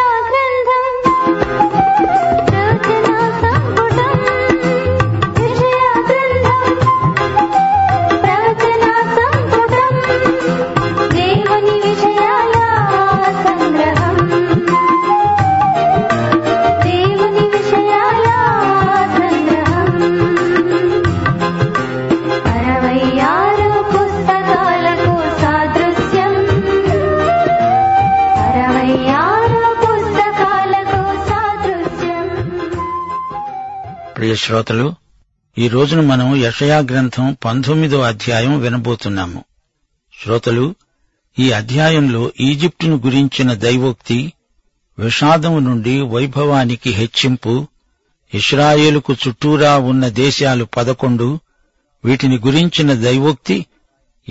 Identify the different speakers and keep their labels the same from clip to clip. Speaker 1: విషయా గ్రంథం రచనా సంపుటం విషయా గ్రంథం రచనా సంపుటం దేవుని విషయాల సంగ్రహం దేవుని విషయాల సంగ్రహం అరవై ఆరు పుస్తకాలకు సాదృశ్యం అరవై ఆరు పుస్తకాలకు సాదృశ్యం
Speaker 2: ప్రియ శ్రోతలు ఈ రోజున మనం యషయా గ్రంథం పంతొమ్మిదో అధ్యాయం వినబోతున్నాము శ్రోతలు ఈ అధ్యాయంలో ఈజిప్టును గురించిన దైవోక్తి విషాదం నుండి వైభవానికి హెచ్చింపు ఇస్రాయేలుకు చుట్టూరా ఉన్న దేశాలు పదకొండు వీటిని గురించిన దైవోక్తి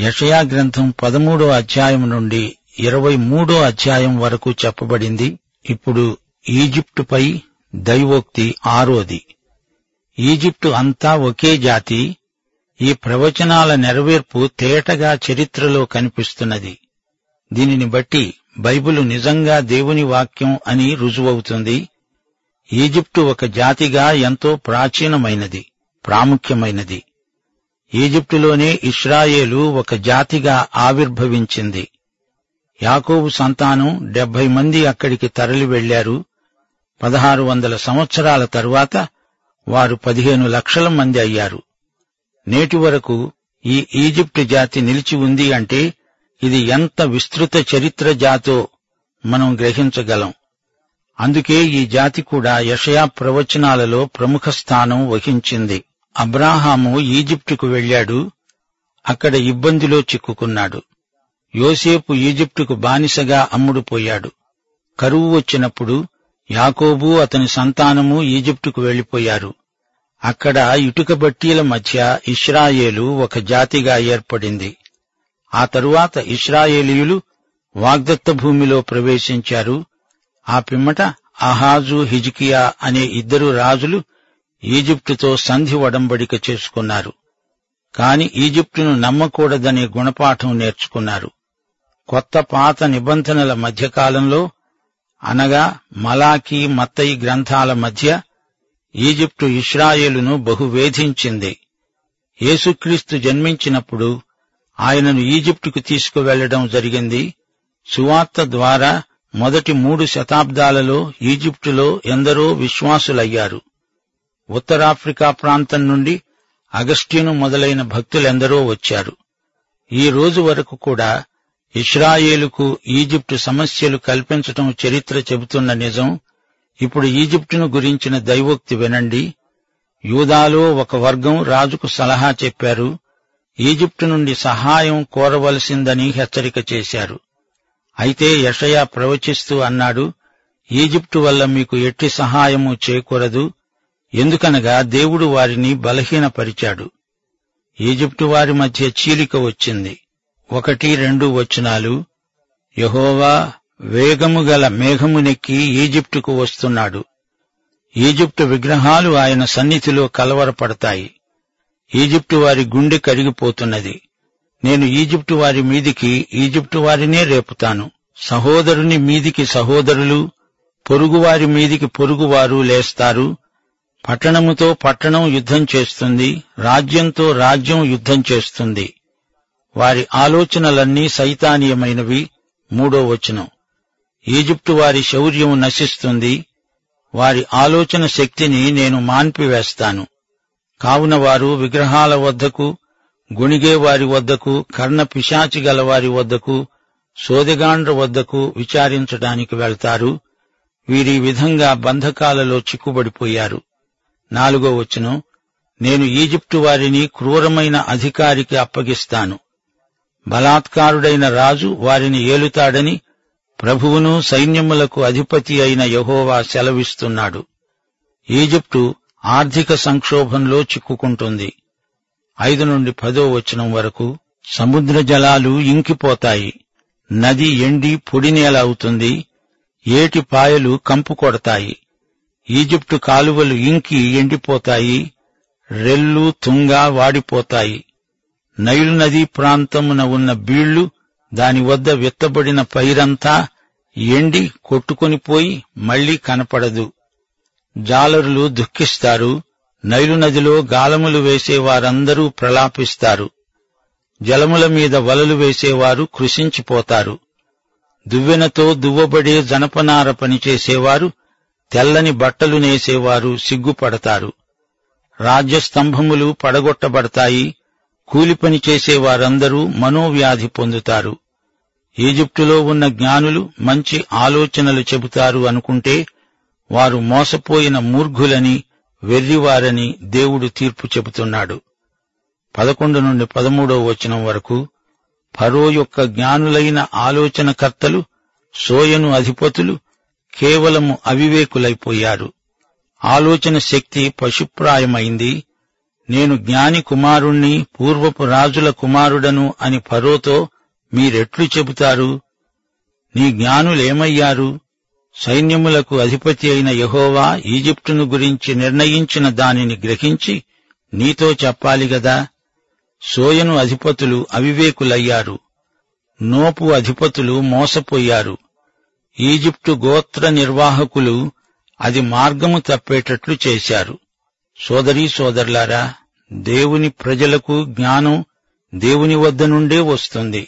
Speaker 2: యషయా గ్రంథం పదమూడో అధ్యాయం నుండి ఇరవై మూడో అధ్యాయం వరకు చెప్పబడింది ఇప్పుడు ఈజిప్టుపై దైవోక్తి ఆరోది ఈజిప్టు అంతా ఒకే జాతి ఈ ప్రవచనాల నెరవేర్పు తేటగా చరిత్రలో కనిపిస్తున్నది దీనిని బట్టి బైబిలు నిజంగా దేవుని వాక్యం అని రుజువవుతుంది ఈజిప్టు ఒక జాతిగా ఎంతో ప్రాచీనమైనది ప్రాముఖ్యమైనది ఈజిప్టులోనే ఇస్రాయేలు ఒక జాతిగా ఆవిర్భవించింది యాకోబు సంతానం డెబ్బై మంది అక్కడికి తరలి వెళ్లారు పదహారు వందల సంవత్సరాల తరువాత వారు పదిహేను లక్షల మంది అయ్యారు నేటి వరకు ఈ ఈజిప్టు జాతి నిలిచి ఉంది అంటే ఇది ఎంత విస్తృత చరిత్ర జాతో మనం గ్రహించగలం అందుకే ఈ జాతి కూడా యషయా ప్రవచనాలలో ప్రముఖ స్థానం వహించింది అబ్రాహాము ఈజిప్టుకు వెళ్ళాడు అక్కడ ఇబ్బందిలో చిక్కుకున్నాడు యోసేపు ఈజిప్టుకు బానిసగా అమ్ముడుపోయాడు కరువు వచ్చినప్పుడు యాకోబు అతని సంతానము ఈజిప్టుకు వెళ్లిపోయారు అక్కడ ఇటుక బట్టీల మధ్య ఇస్రాయేలు ఒక జాతిగా ఏర్పడింది ఆ తరువాత ఇస్రాయేలీయులు వాగ్దత్త భూమిలో ప్రవేశించారు ఆ పిమ్మట అహాజు హిజ్కియా అనే ఇద్దరు రాజులు ఈజిప్టుతో సంధి ఒడంబడిక చేసుకున్నారు కాని ఈజిప్టును నమ్మకూడదనే గుణపాఠం నేర్చుకున్నారు కొత్త పాత నిబంధనల మధ్యకాలంలో అనగా మలాకి మత్తయి గ్రంథాల మధ్య ఈజిప్టు ఇస్రాయేలును బహువేధించింది యేసుక్రీస్తు జన్మించినప్పుడు ఆయనను ఈజిప్టుకు తీసుకువెళ్లడం జరిగింది సువార్త ద్వారా మొదటి మూడు శతాబ్దాలలో ఈజిప్టులో ఎందరో విశ్వాసులయ్యారు ఉత్తరాఫ్రికా ప్రాంతం నుండి అగస్టిను మొదలైన భక్తులెందరో వచ్చారు ఈ రోజు వరకు కూడా ఇస్రాయేలుకు ఈజిప్టు సమస్యలు కల్పించటం చరిత్ర చెబుతున్న నిజం ఇప్పుడు ఈజిప్టును గురించిన దైవోక్తి వినండి యూదాలో ఒక వర్గం రాజుకు సలహా చెప్పారు ఈజిప్టు నుండి సహాయం కోరవలసిందని హెచ్చరిక చేశారు అయితే యెషయా ప్రవచిస్తూ అన్నాడు ఈజిప్టు వల్ల మీకు ఎట్టి సహాయము చేకూరదు ఎందుకనగా దేవుడు వారిని బలహీనపరిచాడు ఈజిప్టు వారి మధ్య చీలిక వచ్చింది ఒకటి రెండు వచనాలు యహోవా వేగము గల మేఘము నెక్కి ఈజిప్టుకు వస్తున్నాడు ఈజిప్టు విగ్రహాలు ఆయన సన్నిధిలో కలవరపడతాయి ఈజిప్టు వారి గుండె కరిగిపోతున్నది నేను ఈజిప్టు వారి మీదికి ఈజిప్టు వారినే రేపుతాను సహోదరుని మీదికి సహోదరులు పొరుగువారి మీదికి పొరుగువారు లేస్తారు పట్టణముతో పట్టణం యుద్ధం చేస్తుంది రాజ్యంతో రాజ్యం యుద్ధం చేస్తుంది వారి ఆలోచనలన్నీ సైతానీయమైనవి మూడో వచనం ఈజిప్టు వారి శౌర్యం నశిస్తుంది వారి ఆలోచన శక్తిని నేను మాన్పివేస్తాను కావున వారు విగ్రహాల వద్దకు గుణిగే వారి వద్దకు కర్ణ పిశాచి గల వారి వద్దకు సోదిగాండ్ర వద్దకు విచారించడానికి వెళ్తారు వీరి విధంగా బంధకాలలో చిక్కుబడిపోయారు నాలుగో వచనం నేను ఈజిప్టు వారిని క్రూరమైన అధికారికి అప్పగిస్తాను బలాత్కారుడైన రాజు వారిని ఏలుతాడని ప్రభువును సైన్యములకు అధిపతి అయిన యహోవా సెలవిస్తున్నాడు ఈజిప్టు ఆర్థిక సంక్షోభంలో చిక్కుకుంటుంది ఐదు నుండి పదో వచనం వరకు సముద్ర జలాలు ఇంకిపోతాయి నది ఎండి పొడినేల అవుతుంది ఏటి పాయలు కంపు కొడతాయి ఈజిప్టు కాలువలు ఇంకి ఎండిపోతాయి రెల్లు తుంగ వాడిపోతాయి నైలు నదీ ప్రాంతమున ఉన్న బీళ్లు దాని వద్ద విత్తబడిన పైరంతా ఎండి కొట్టుకొని పోయి మళ్లీ కనపడదు జాలరులు దుఃఖిస్తారు నైలు నదిలో గాలములు వేసేవారందరూ ప్రలాపిస్తారు జలముల మీద వలలు వేసేవారు కృషించిపోతారు దువ్వెనతో దువ్వబడే జనపనార పనిచేసేవారు తెల్లని బట్టలు నేసేవారు సిగ్గుపడతారు రాజ్యస్తంభములు పడగొట్టబడతాయి కూలి పని చేసేవారందరూ మనోవ్యాధి పొందుతారు ఈజిప్టులో ఉన్న జ్ఞానులు మంచి ఆలోచనలు చెబుతారు అనుకుంటే వారు మోసపోయిన మూర్ఘులని వెర్రివారని దేవుడు తీర్పు చెబుతున్నాడు పదకొండు నుండి పదమూడో వచనం వరకు ఫరో యొక్క జ్ఞానులైన ఆలోచనకర్తలు సోయను అధిపతులు కేవలము అవివేకులైపోయారు ఆలోచన శక్తి పశుప్రాయమైంది నేను జ్ఞాని కుమారుణ్ణి పూర్వపు రాజుల కుమారుడను అని ఫరోతో మీరెట్లు చెబుతారు నీ జ్ఞానులేమయ్యారు సైన్యములకు అధిపతి అయిన యహోవా ఈజిప్టును గురించి నిర్ణయించిన దానిని గ్రహించి నీతో చెప్పాలి గదా సోయను అధిపతులు అవివేకులయ్యారు నోపు అధిపతులు మోసపోయారు ఈజిప్టు గోత్ర నిర్వాహకులు అది మార్గము తప్పేటట్లు చేశారు సోదరీ సోదరులారా దేవుని ప్రజలకు జ్ఞానం దేవుని వద్ద నుండే వస్తుంది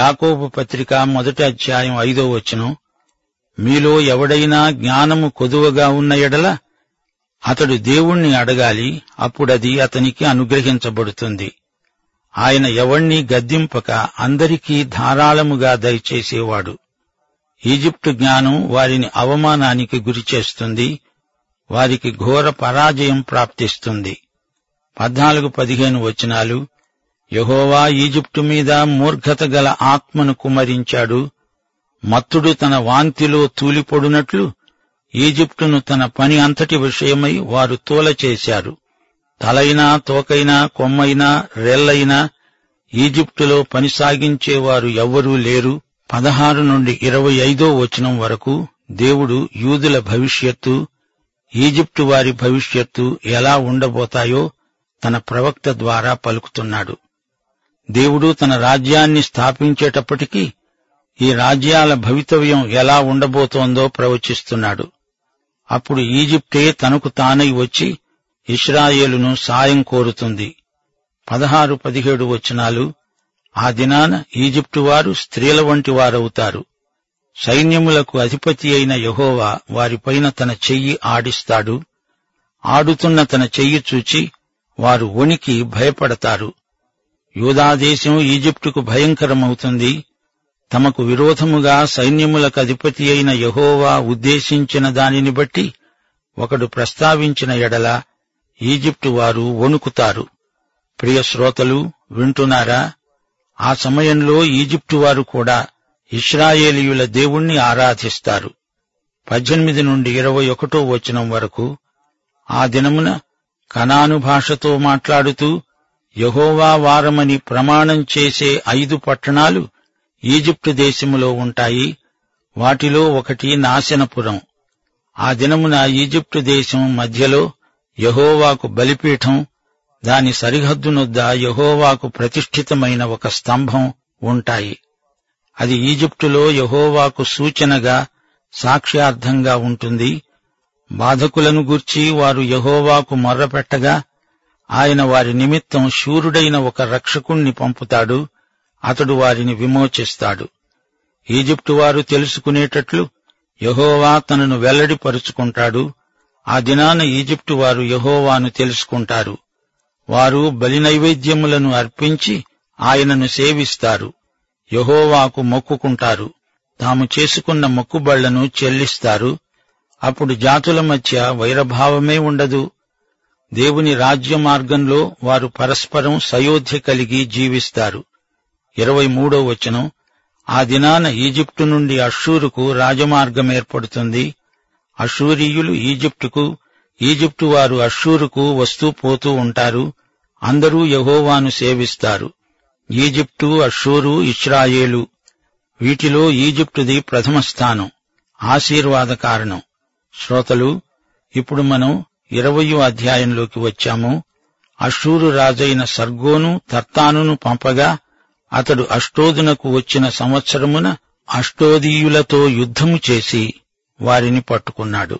Speaker 2: యాకోబు పత్రిక మొదటి అధ్యాయం ఐదో వచనం మీలో ఎవడైనా జ్ఞానము కొదువగా ఉన్న ఎడల అతడు దేవుణ్ణి అడగాలి అప్పుడది అతనికి అనుగ్రహించబడుతుంది ఆయన ఎవణ్ణి గద్దింపక అందరికీ ధారాళముగా దయచేసేవాడు ఈజిప్టు జ్ఞానం వారిని అవమానానికి గురిచేస్తుంది వారికి ఘోర పరాజయం ప్రాప్తిస్తుంది పద్నాలుగు పదిహేను వచనాలు యహోవా ఈజిప్టు మీద మూర్ఘత గల ఆత్మను కుమరించాడు మత్తుడు తన వాంతిలో తూలిపొడునట్లు ఈజిప్టును తన పని అంతటి విషయమై వారు తోలచేశారు తలైనా తోకైనా కొమ్మైనా రెల్లైనా ఈజిప్టులో పని సాగించేవారు ఎవ్వరూ లేరు పదహారు నుండి ఇరవై ఐదో వచనం వరకు దేవుడు యూదుల భవిష్యత్తు ఈజిప్టు వారి భవిష్యత్తు ఎలా ఉండబోతాయో తన ప్రవక్త ద్వారా పలుకుతున్నాడు దేవుడు తన రాజ్యాన్ని స్థాపించేటప్పటికీ ఈ రాజ్యాల భవితవ్యం ఎలా ఉండబోతోందో ప్రవచిస్తున్నాడు అప్పుడు ఈజిప్టే తనకు తానై వచ్చి ఇస్రాయేలును సాయం కోరుతుంది పదహారు పదిహేడు వచనాలు ఆ దినాన ఈజిప్టు వారు స్త్రీల వంటి వారవుతారు సైన్యములకు అధిపతి అయిన యహోవా వారిపైన తన చెయ్యి ఆడిస్తాడు ఆడుతున్న తన చెయ్యి చూచి వారు వణికి భయపడతారు యూదాదేశం ఈజిప్టుకు భయంకరమవుతుంది తమకు విరోధముగా సైన్యములకు అధిపతి అయిన యహోవా ఉద్దేశించిన దానిని బట్టి ఒకడు ప్రస్తావించిన ఎడల ఈజిప్టు వారు వణుకుతారు ప్రియ శ్రోతలు వింటున్నారా ఆ సమయంలో ఈజిప్టు వారు కూడా ఇస్రాయేలీయుల దేవుణ్ణి ఆరాధిస్తారు పద్దెనిమిది నుండి ఇరవై ఒకటో వచనం వరకు ఆ దినమున కనాను భాషతో మాట్లాడుతూ యహోవా వారమని ప్రమాణం చేసే ఐదు పట్టణాలు ఈజిప్టు దేశములో ఉంటాయి వాటిలో ఒకటి నాశనపురం ఆ దినమున ఈజిప్టు దేశం మధ్యలో యహోవాకు బలిపీఠం దాని సరిహద్దునొద్ద యహోవాకు ప్రతిష్ఠితమైన ఒక స్తంభం ఉంటాయి అది ఈజిప్టులో యహోవాకు సూచనగా సాక్ష్యార్థంగా ఉంటుంది బాధకులను గూర్చి వారు యహోవాకు మొర్రపెట్టగా ఆయన వారి నిమిత్తం శూరుడైన ఒక రక్షకుణ్ణి పంపుతాడు అతడు వారిని విమోచిస్తాడు ఈజిప్టు వారు తెలుసుకునేటట్లు యహోవా తనను వెల్లడిపరుచుకుంటాడు ఆ దినాన ఈజిప్టు వారు యహోవాను తెలుసుకుంటారు వారు బలి నైవేద్యములను అర్పించి ఆయనను సేవిస్తారు యహోవాకు మొక్కుకుంటారు తాము చేసుకున్న మొక్కుబళ్లను చెల్లిస్తారు అప్పుడు జాతుల మధ్య వైరభావమే ఉండదు దేవుని రాజ్య మార్గంలో వారు పరస్పరం సయోధ్య కలిగి జీవిస్తారు ఇరవై మూడో వచనం ఆ దినాన ఈజిప్టు నుండి అషూరుకు రాజమార్గం ఏర్పడుతుంది అషూరియులు ఈజిప్టుకు ఈజిప్టు వారు అషూరుకు వస్తూ పోతూ ఉంటారు అందరూ యహోవాను సేవిస్తారు ఈజిప్టు అషూరు ఇస్రాయేలు వీటిలో ఈజిప్టుది ప్రథమ స్థానం ఆశీర్వాద కారణం శ్రోతలు ఇప్పుడు మనం ఇరవయో అధ్యాయంలోకి వచ్చాము అషూరు రాజైన సర్గోను తర్తానును పంపగా అతడు అష్టోదునకు వచ్చిన సంవత్సరమున అష్టోదీయులతో యుద్ధము చేసి వారిని పట్టుకున్నాడు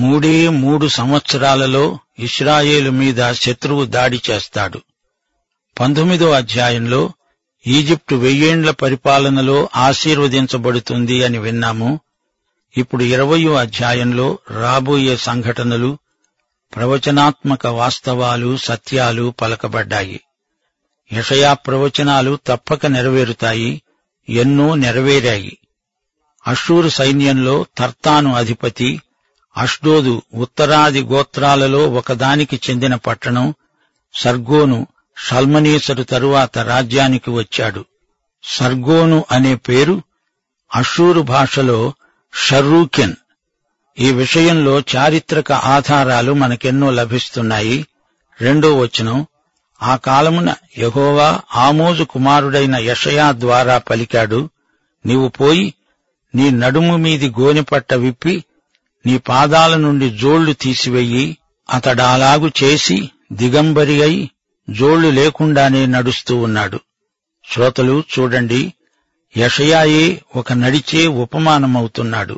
Speaker 2: మూడే మూడు సంవత్సరాలలో ఇస్రాయేలు మీద శత్రువు దాడి చేస్తాడు పంతొమ్మిదో అధ్యాయంలో ఈజిప్టు వెయ్యేండ్ల పరిపాలనలో ఆశీర్వదించబడుతుంది అని విన్నాము ఇప్పుడు ఇరవయో అధ్యాయంలో రాబోయే సంఘటనలు ప్రవచనాత్మక వాస్తవాలు సత్యాలు పలకబడ్డాయి యషయా ప్రవచనాలు తప్పక నెరవేరుతాయి ఎన్నో నెరవేరాయి అషూరు సైన్యంలో తర్తాను అధిపతి అష్డోదు ఉత్తరాది గోత్రాలలో ఒకదానికి చెందిన పట్టణం సర్గోను షల్మనేసరు తరువాత రాజ్యానికి వచ్చాడు సర్గోను అనే పేరు అషూరు భాషలో షర్రూకెన్ ఈ విషయంలో చారిత్రక ఆధారాలు మనకెన్నో లభిస్తున్నాయి రెండో వచనం ఆ కాలమున యెహోవా ఆమోజు కుమారుడైన యషయా ద్వారా పలికాడు నీవు పోయి నీ నడుము మీది గోనెపట్ట విప్పి నీ పాదాల నుండి జోళ్లు తీసివెయ్యి అతడాలాగు చేసి దిగంబరి అయి జోళ్లు లేకుండానే నడుస్తూ ఉన్నాడు శ్రోతలు చూడండి యషయాయే ఒక నడిచే ఉపమానమవుతున్నాడు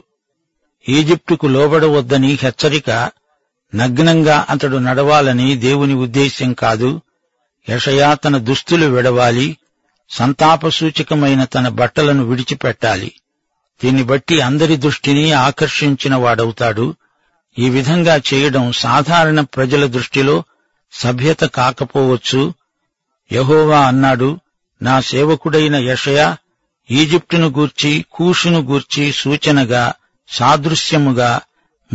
Speaker 2: ఈజిప్టుకు లోబడవద్దని హెచ్చరిక నగ్నంగా అతడు నడవాలని దేవుని ఉద్దేశ్యం కాదు యషయా తన దుస్తులు విడవాలి సంతాపసూచకమైన తన బట్టలను విడిచిపెట్టాలి దీన్ని బట్టి అందరి దృష్టిని ఆకర్షించిన వాడవుతాడు ఈ విధంగా చేయడం సాధారణ ప్రజల దృష్టిలో సభ్యత కాకపోవచ్చు యహోవా అన్నాడు నా సేవకుడైన యషయా ఈజిప్టును గూర్చి కూషును గూర్చి సూచనగా సాదృశ్యముగా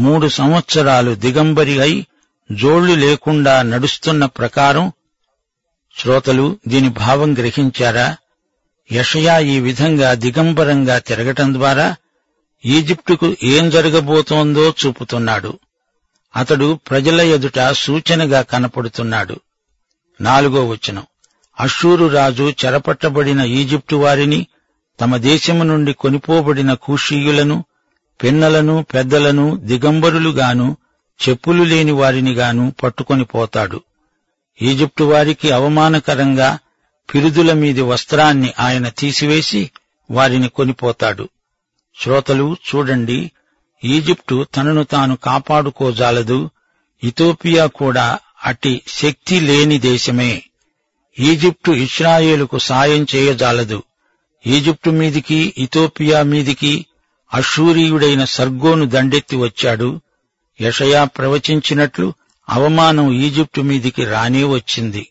Speaker 2: మూడు సంవత్సరాలు దిగంబరి అయి జోళ్లు లేకుండా నడుస్తున్న ప్రకారం శ్రోతలు దీని భావం గ్రహించారా యషయా ఈ విధంగా దిగంబరంగా తిరగటం ద్వారా ఈజిప్టుకు ఏం జరగబోతోందో చూపుతున్నాడు అతడు ప్రజల ఎదుట సూచనగా కనపడుతున్నాడు నాలుగో వచనం అషూరు రాజు చెరపట్టబడిన ఈజిప్టు వారిని తమ దేశము నుండి కొనిపోబడిన కూషీయులను పిన్నలను పెద్దలను దిగంబరులుగాను చెప్పులు లేని వారినిగాను పట్టుకొని పోతాడు ఈజిప్టు వారికి అవమానకరంగా పిరుదుల మీది వస్త్రాన్ని ఆయన తీసివేసి వారిని కొనిపోతాడు శ్రోతలు చూడండి ఈజిప్టు తనను తాను కాపాడుకోజాలదు ఇథోపియా కూడా అట్టి శక్తి లేని దేశమే ఈజిప్టు ఇస్రాయేలుకు సాయం చేయజాలదు ఈజిప్టు మీదికి ఇథోపియా మీదికి అషూరీయుడైన సర్గోను దండెత్తి వచ్చాడు యెషయా ప్రవచించినట్లు అవమానం ఈజిప్టు మీదికి రానే వచ్చింది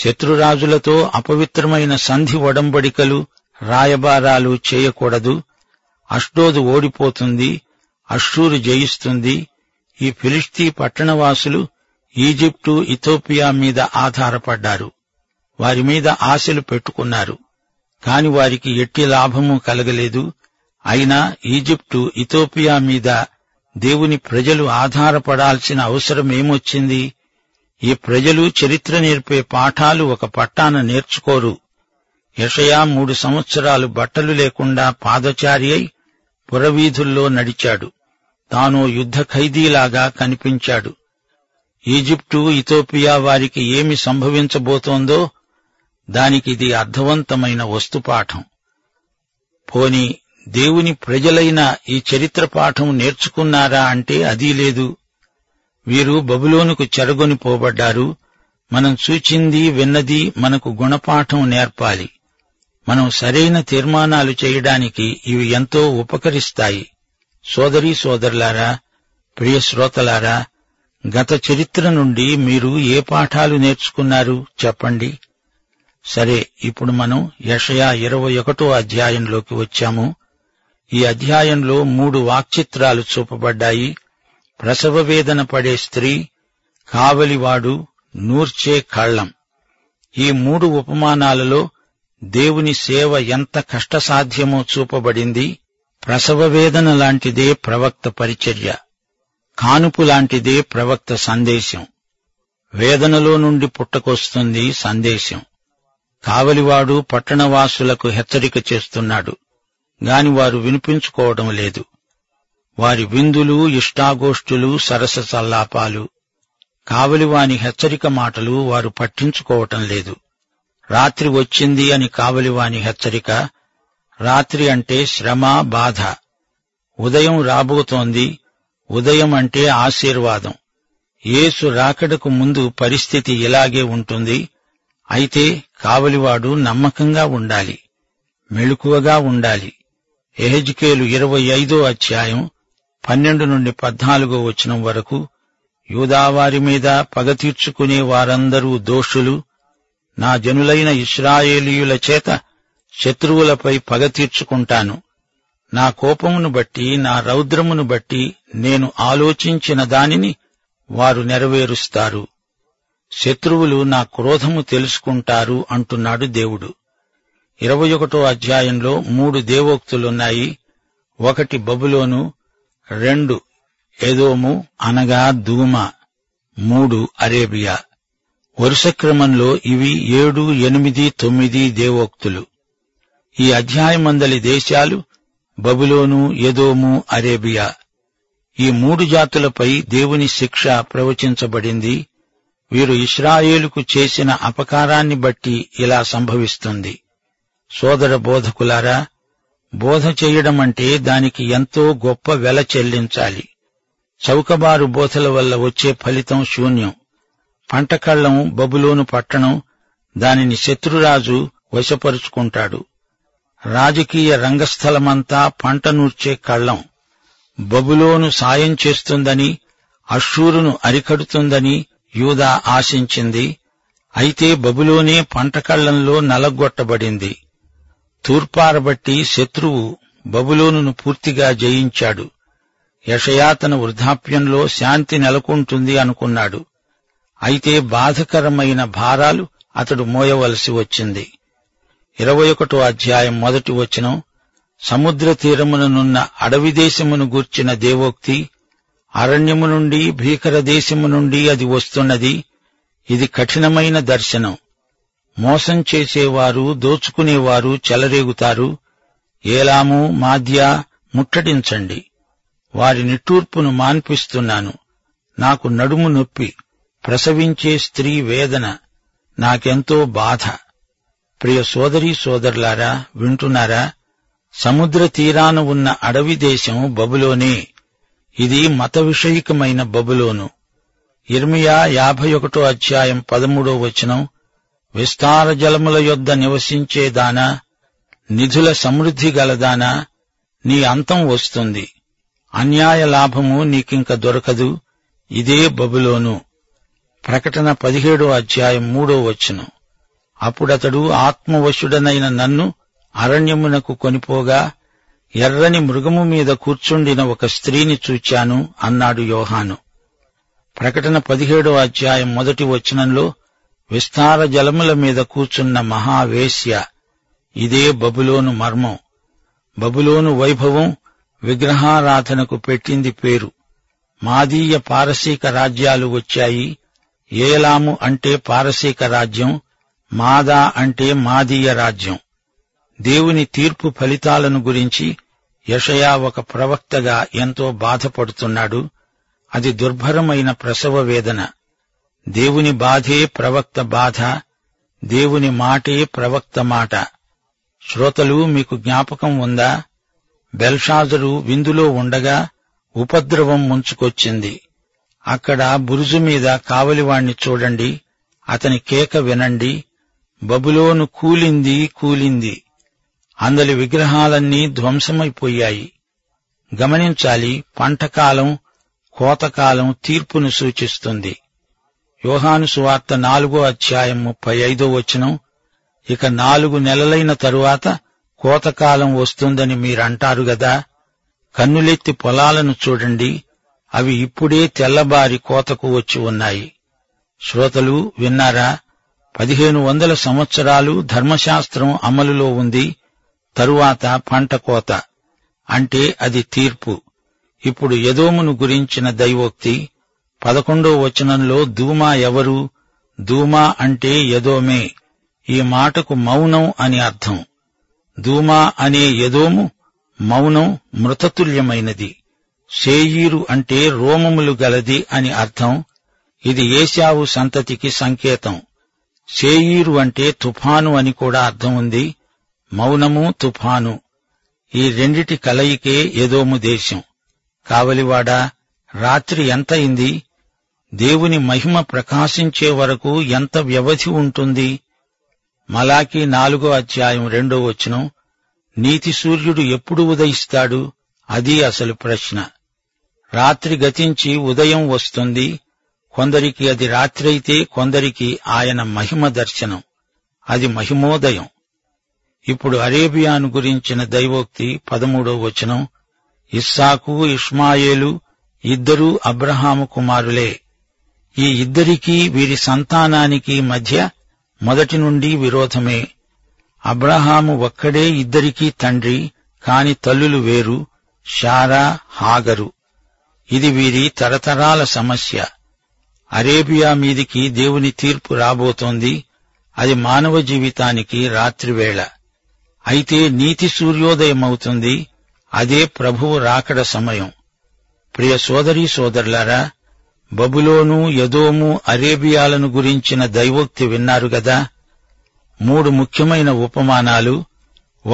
Speaker 2: శత్రురాజులతో అపవిత్రమైన సంధి ఒడంబడికలు రాయబారాలు చేయకూడదు అష్డోదు ఓడిపోతుంది అష్షూరు జయిస్తుంది ఈ ఫిలిస్తీ పట్టణవాసులు ఈజిప్టు ఇథోపియా మీద ఆధారపడ్డారు వారి మీద ఆశలు పెట్టుకున్నారు కాని వారికి ఎట్టి లాభము కలగలేదు అయినా ఈజిప్టు ఇథోపియా మీద దేవుని ప్రజలు ఆధారపడాల్సిన అవసరం ఏమొచ్చింది ఈ ప్రజలు చరిత్ర నేర్పే పాఠాలు ఒక పట్టాన నేర్చుకోరు యెషయా మూడు సంవత్సరాలు బట్టలు లేకుండా పాదచారి అయి పురవీధుల్లో నడిచాడు తాను యుద్ధ ఖైదీలాగా కనిపించాడు ఈజిప్టు ఇథోపియా వారికి ఏమి సంభవించబోతోందో దానికి ఇది అర్థవంతమైన వస్తుపాఠం పోని దేవుని ప్రజలైన ఈ చరిత్ర పాఠం నేర్చుకున్నారా అంటే అదీ లేదు వీరు బబులోనుకు చెరగొని పోబడ్డారు మనం చూచింది విన్నది మనకు గుణపాఠం నేర్పాలి మనం సరైన తీర్మానాలు చేయడానికి ఇవి ఎంతో ఉపకరిస్తాయి సోదరీ సోదరులారా ప్రియ శ్రోతలారా గత చరిత్ర నుండి మీరు ఏ పాఠాలు నేర్చుకున్నారు చెప్పండి సరే ఇప్పుడు మనం యషయా ఇరవై ఒకటో అధ్యాయంలోకి వచ్చాము ఈ అధ్యాయంలో మూడు వాక్చిత్రాలు చూపబడ్డాయి ప్రసవ వేదన పడే స్త్రీ కావలివాడు నూర్చే కళ్ళం ఈ మూడు ఉపమానాలలో దేవుని సేవ ఎంత కష్టసాధ్యమో చూపబడింది ప్రసవ వేదన లాంటిదే ప్రవక్త పరిచర్య కానుపు లాంటిదే ప్రవక్త సందేశం వేదనలో నుండి పుట్టకొస్తుంది సందేశం కావలివాడు పట్టణవాసులకు హెచ్చరిక చేస్తున్నాడు గాని వారు వినిపించుకోవడం లేదు వారి విందులు ఇష్టాగోష్ఠులు సరస సల్లాపాలు కావలివాని హెచ్చరిక మాటలు వారు పట్టించుకోవటం లేదు రాత్రి వచ్చింది అని కావలివాని హెచ్చరిక రాత్రి అంటే శ్రమ బాధ ఉదయం రాబోతోంది ఉదయం అంటే ఆశీర్వాదం యేసు రాకడకు ముందు పరిస్థితి ఇలాగే ఉంటుంది అయితే కావలివాడు నమ్మకంగా ఉండాలి మెళుకువగా ఉండాలి ఎహెజ్కేలు ఇరవై ఐదో అధ్యాయం పన్నెండు నుండి పద్నాలుగో వచనం వరకు యూదావారి మీద పగ తీర్చుకునే వారందరూ దోషులు నా జనులైన ఇస్రాయేలీయుల చేత శత్రువులపై పగ తీర్చుకుంటాను నా కోపమును బట్టి నా రౌద్రమును బట్టి నేను ఆలోచించిన దానిని వారు నెరవేరుస్తారు శత్రువులు నా క్రోధము తెలుసుకుంటారు అంటున్నాడు దేవుడు ఇరవై ఒకటో అధ్యాయంలో మూడు దేవోక్తులున్నాయి ఒకటి బబులోను రెండు ఎదోము అనగా దూమ మూడు అరేబియా వరుస క్రమంలో ఇవి ఏడు ఎనిమిది తొమ్మిది దేవోక్తులు ఈ అధ్యాయమందలి దేశాలు బబులోను ఎదోము అరేబియా ఈ మూడు జాతులపై దేవుని శిక్ష ప్రవచించబడింది వీరు ఇస్రాయేలుకు చేసిన అపకారాన్ని బట్టి ఇలా సంభవిస్తుంది సోదర బోధకులారా బోధ చేయడం అంటే దానికి ఎంతో గొప్ప వెల చెల్లించాలి చౌకబారు బోధల వల్ల వచ్చే ఫలితం శూన్యం పంటకళ్ళం బబులోను పట్టణం దానిని శత్రురాజు వశపరుచుకుంటాడు రాజకీయ రంగస్థలమంతా పంట నూర్చే కళ్ళం బబులోను సాయం చేస్తుందని అషూరును అరికడుతుందని యూదా ఆశించింది అయితే బబులోనే పంటకళ్ళంలో నలగొట్టబడింది తూర్పారబట్టి శత్రువు బబులోనును పూర్తిగా జయించాడు యషయా తన వృద్ధాప్యంలో శాంతి నెలకొంటుంది అనుకున్నాడు అయితే బాధకరమైన భారాలు అతడు మోయవలసి వచ్చింది ఇరవై ఒకటో అధ్యాయం మొదటి వచనం సముద్ర తీరముననున్న అడవి దేశమును గూర్చిన దేవోక్తి అరణ్యము నుండి భీకర దేశము నుండి అది వస్తున్నది ఇది కఠినమైన దర్శనం మోసం చేసేవారు దోచుకునేవారు చెలరేగుతారు ఏలాము మాధ్య ముట్టడించండి వారి నిట్టూర్పును మాన్పిస్తున్నాను నాకు నడుము నొప్పి ప్రసవించే స్త్రీ వేదన నాకెంతో బాధ ప్రియ సోదరీ సోదరులారా వింటున్నారా సముద్ర తీరాన ఉన్న అడవి దేశం బబులోనే ఇది మత విషయికమైన బబులోను ఇర్మియా యాభై ఒకటో అధ్యాయం పదమూడో వచనం విస్తార జలముల యొద్ద నివసించేదానా నిధుల సమృద్ధి గలదానా నీ అంతం వస్తుంది అన్యాయ లాభము నీకింక దొరకదు ఇదే బబులోను ప్రకటన పదిహేడో అధ్యాయం మూడో వచ్చును అప్పుడతడు ఆత్మవశుడనైన నన్ను అరణ్యమునకు కొనిపోగా ఎర్రని మృగము మీద కూర్చుండిన ఒక స్త్రీని చూచాను అన్నాడు యోహాను ప్రకటన పదిహేడో అధ్యాయం మొదటి వచనంలో విస్తార జలముల మీద కూర్చున్న మహావేశ్య ఇదే బబులోను మర్మం బబులోను వైభవం విగ్రహారాధనకు పెట్టింది పేరు మాదీయ పారసీక రాజ్యాలు వచ్చాయి ఏలాము అంటే పారసీక రాజ్యం మాదా అంటే మాదీయ రాజ్యం దేవుని తీర్పు ఫలితాలను గురించి యషయా ఒక ప్రవక్తగా ఎంతో బాధపడుతున్నాడు అది దుర్భరమైన ప్రసవ వేదన దేవుని బాధే ప్రవక్త బాధ దేవుని మాటే ప్రవక్త మాట శ్రోతలు మీకు జ్ఞాపకం ఉందా బెల్షాజరు విందులో ఉండగా ఉపద్రవం ముంచుకొచ్చింది అక్కడ బురుజు మీద కావలివాణ్ణి చూడండి అతని కేక వినండి బబులోను కూలింది కూలింది అందలి విగ్రహాలన్నీ ధ్వంసమైపోయాయి గమనించాలి పంటకాలం కోతకాలం తీర్పును సూచిస్తుంది యోహాను సువార్త నాలుగో అధ్యాయం ముప్పై ఐదో వచనం ఇక నాలుగు నెలలైన తరువాత కోతకాలం వస్తుందని మీరంటారు గదా కన్నులెత్తి పొలాలను చూడండి అవి ఇప్పుడే తెల్లబారి కోతకు వచ్చి ఉన్నాయి శ్రోతలు విన్నారా పదిహేను వందల సంవత్సరాలు ధర్మశాస్త్రం అమలులో ఉంది తరువాత పంట కోత అంటే అది తీర్పు ఇప్పుడు యదోమును గురించిన దైవోక్తి పదకొండో వచనంలో దూమా ఎవరు దూమా అంటే యదోమే ఈ మాటకు మౌనం అని అర్థం దూమా అనే యదోము మౌనం మృతతుల్యమైనది శేయీరు అంటే రోమములు గలది అని అర్థం ఇది ఏశావు సంతతికి సంకేతం సేయీరు అంటే తుఫాను అని కూడా అర్థం ఉంది మౌనము తుఫాను ఈ రెండిటి కలయికే ఏదోము దేశం కావలివాడా రాత్రి ఎంతయింది దేవుని మహిమ ప్రకాశించే వరకు ఎంత వ్యవధి ఉంటుంది మలాకి నాలుగో అధ్యాయం రెండో వచనం నీతి సూర్యుడు ఎప్పుడు ఉదయిస్తాడు అది అసలు ప్రశ్న రాత్రి గతించి ఉదయం వస్తుంది కొందరికి అది రాత్రైతే కొందరికి ఆయన మహిమ దర్శనం అది మహిమోదయం ఇప్పుడు అరేబియాను గురించిన దైవోక్తి పదమూడో వచనం ఇస్సాకు ఇష్మాయేలు ఇద్దరూ అబ్రహాము కుమారులే ఈ ఇద్దరికీ వీరి సంతానానికి మధ్య మొదటి నుండి విరోధమే అబ్రహాము ఒక్కడే ఇద్దరికీ తండ్రి కాని తల్లులు వేరు షారా హాగరు ఇది వీరి తరతరాల సమస్య అరేబియా మీదికి దేవుని తీర్పు రాబోతోంది అది మానవ జీవితానికి రాత్రివేళ అయితే నీతి సూర్యోదయమవుతుంది అదే ప్రభువు రాకడ సమయం ప్రియ సోదరీ సోదరులారా బబులోను యదోము అరేబియాలను గురించిన దైవోక్తి విన్నారు గదా మూడు ముఖ్యమైన ఉపమానాలు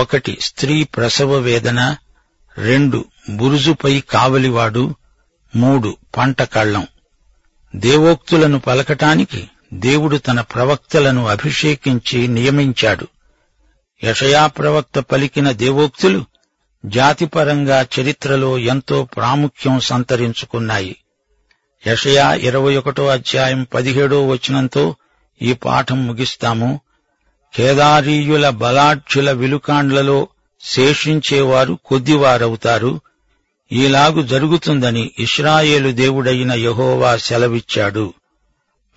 Speaker 2: ఒకటి స్త్రీ ప్రసవ వేదన రెండు బురుజుపై కావలివాడు మూడు పంట కళ్ళం దేవోక్తులను పలకటానికి దేవుడు తన ప్రవక్తలను అభిషేకించి నియమించాడు యషయా ప్రవక్త పలికిన దేవోక్తులు జాతిపరంగా చరిత్రలో ఎంతో ప్రాముఖ్యం సంతరించుకున్నాయి యషయా ఇరవై ఒకటో అధ్యాయం పదిహేడో వచనంతో ఈ పాఠం ముగిస్తాము కేదారీయుల బలాఢ్యుల విలుకాండ్లలో శేషించేవారు కొద్దివారవుతారు ఈలాగు జరుగుతుందని ఇస్రాయేలు దేవుడైన యెహోవా సెలవిచ్చాడు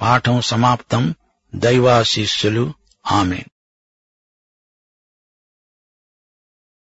Speaker 2: పాఠం సమాప్తం దైవాశీస్సులు ఆమెన్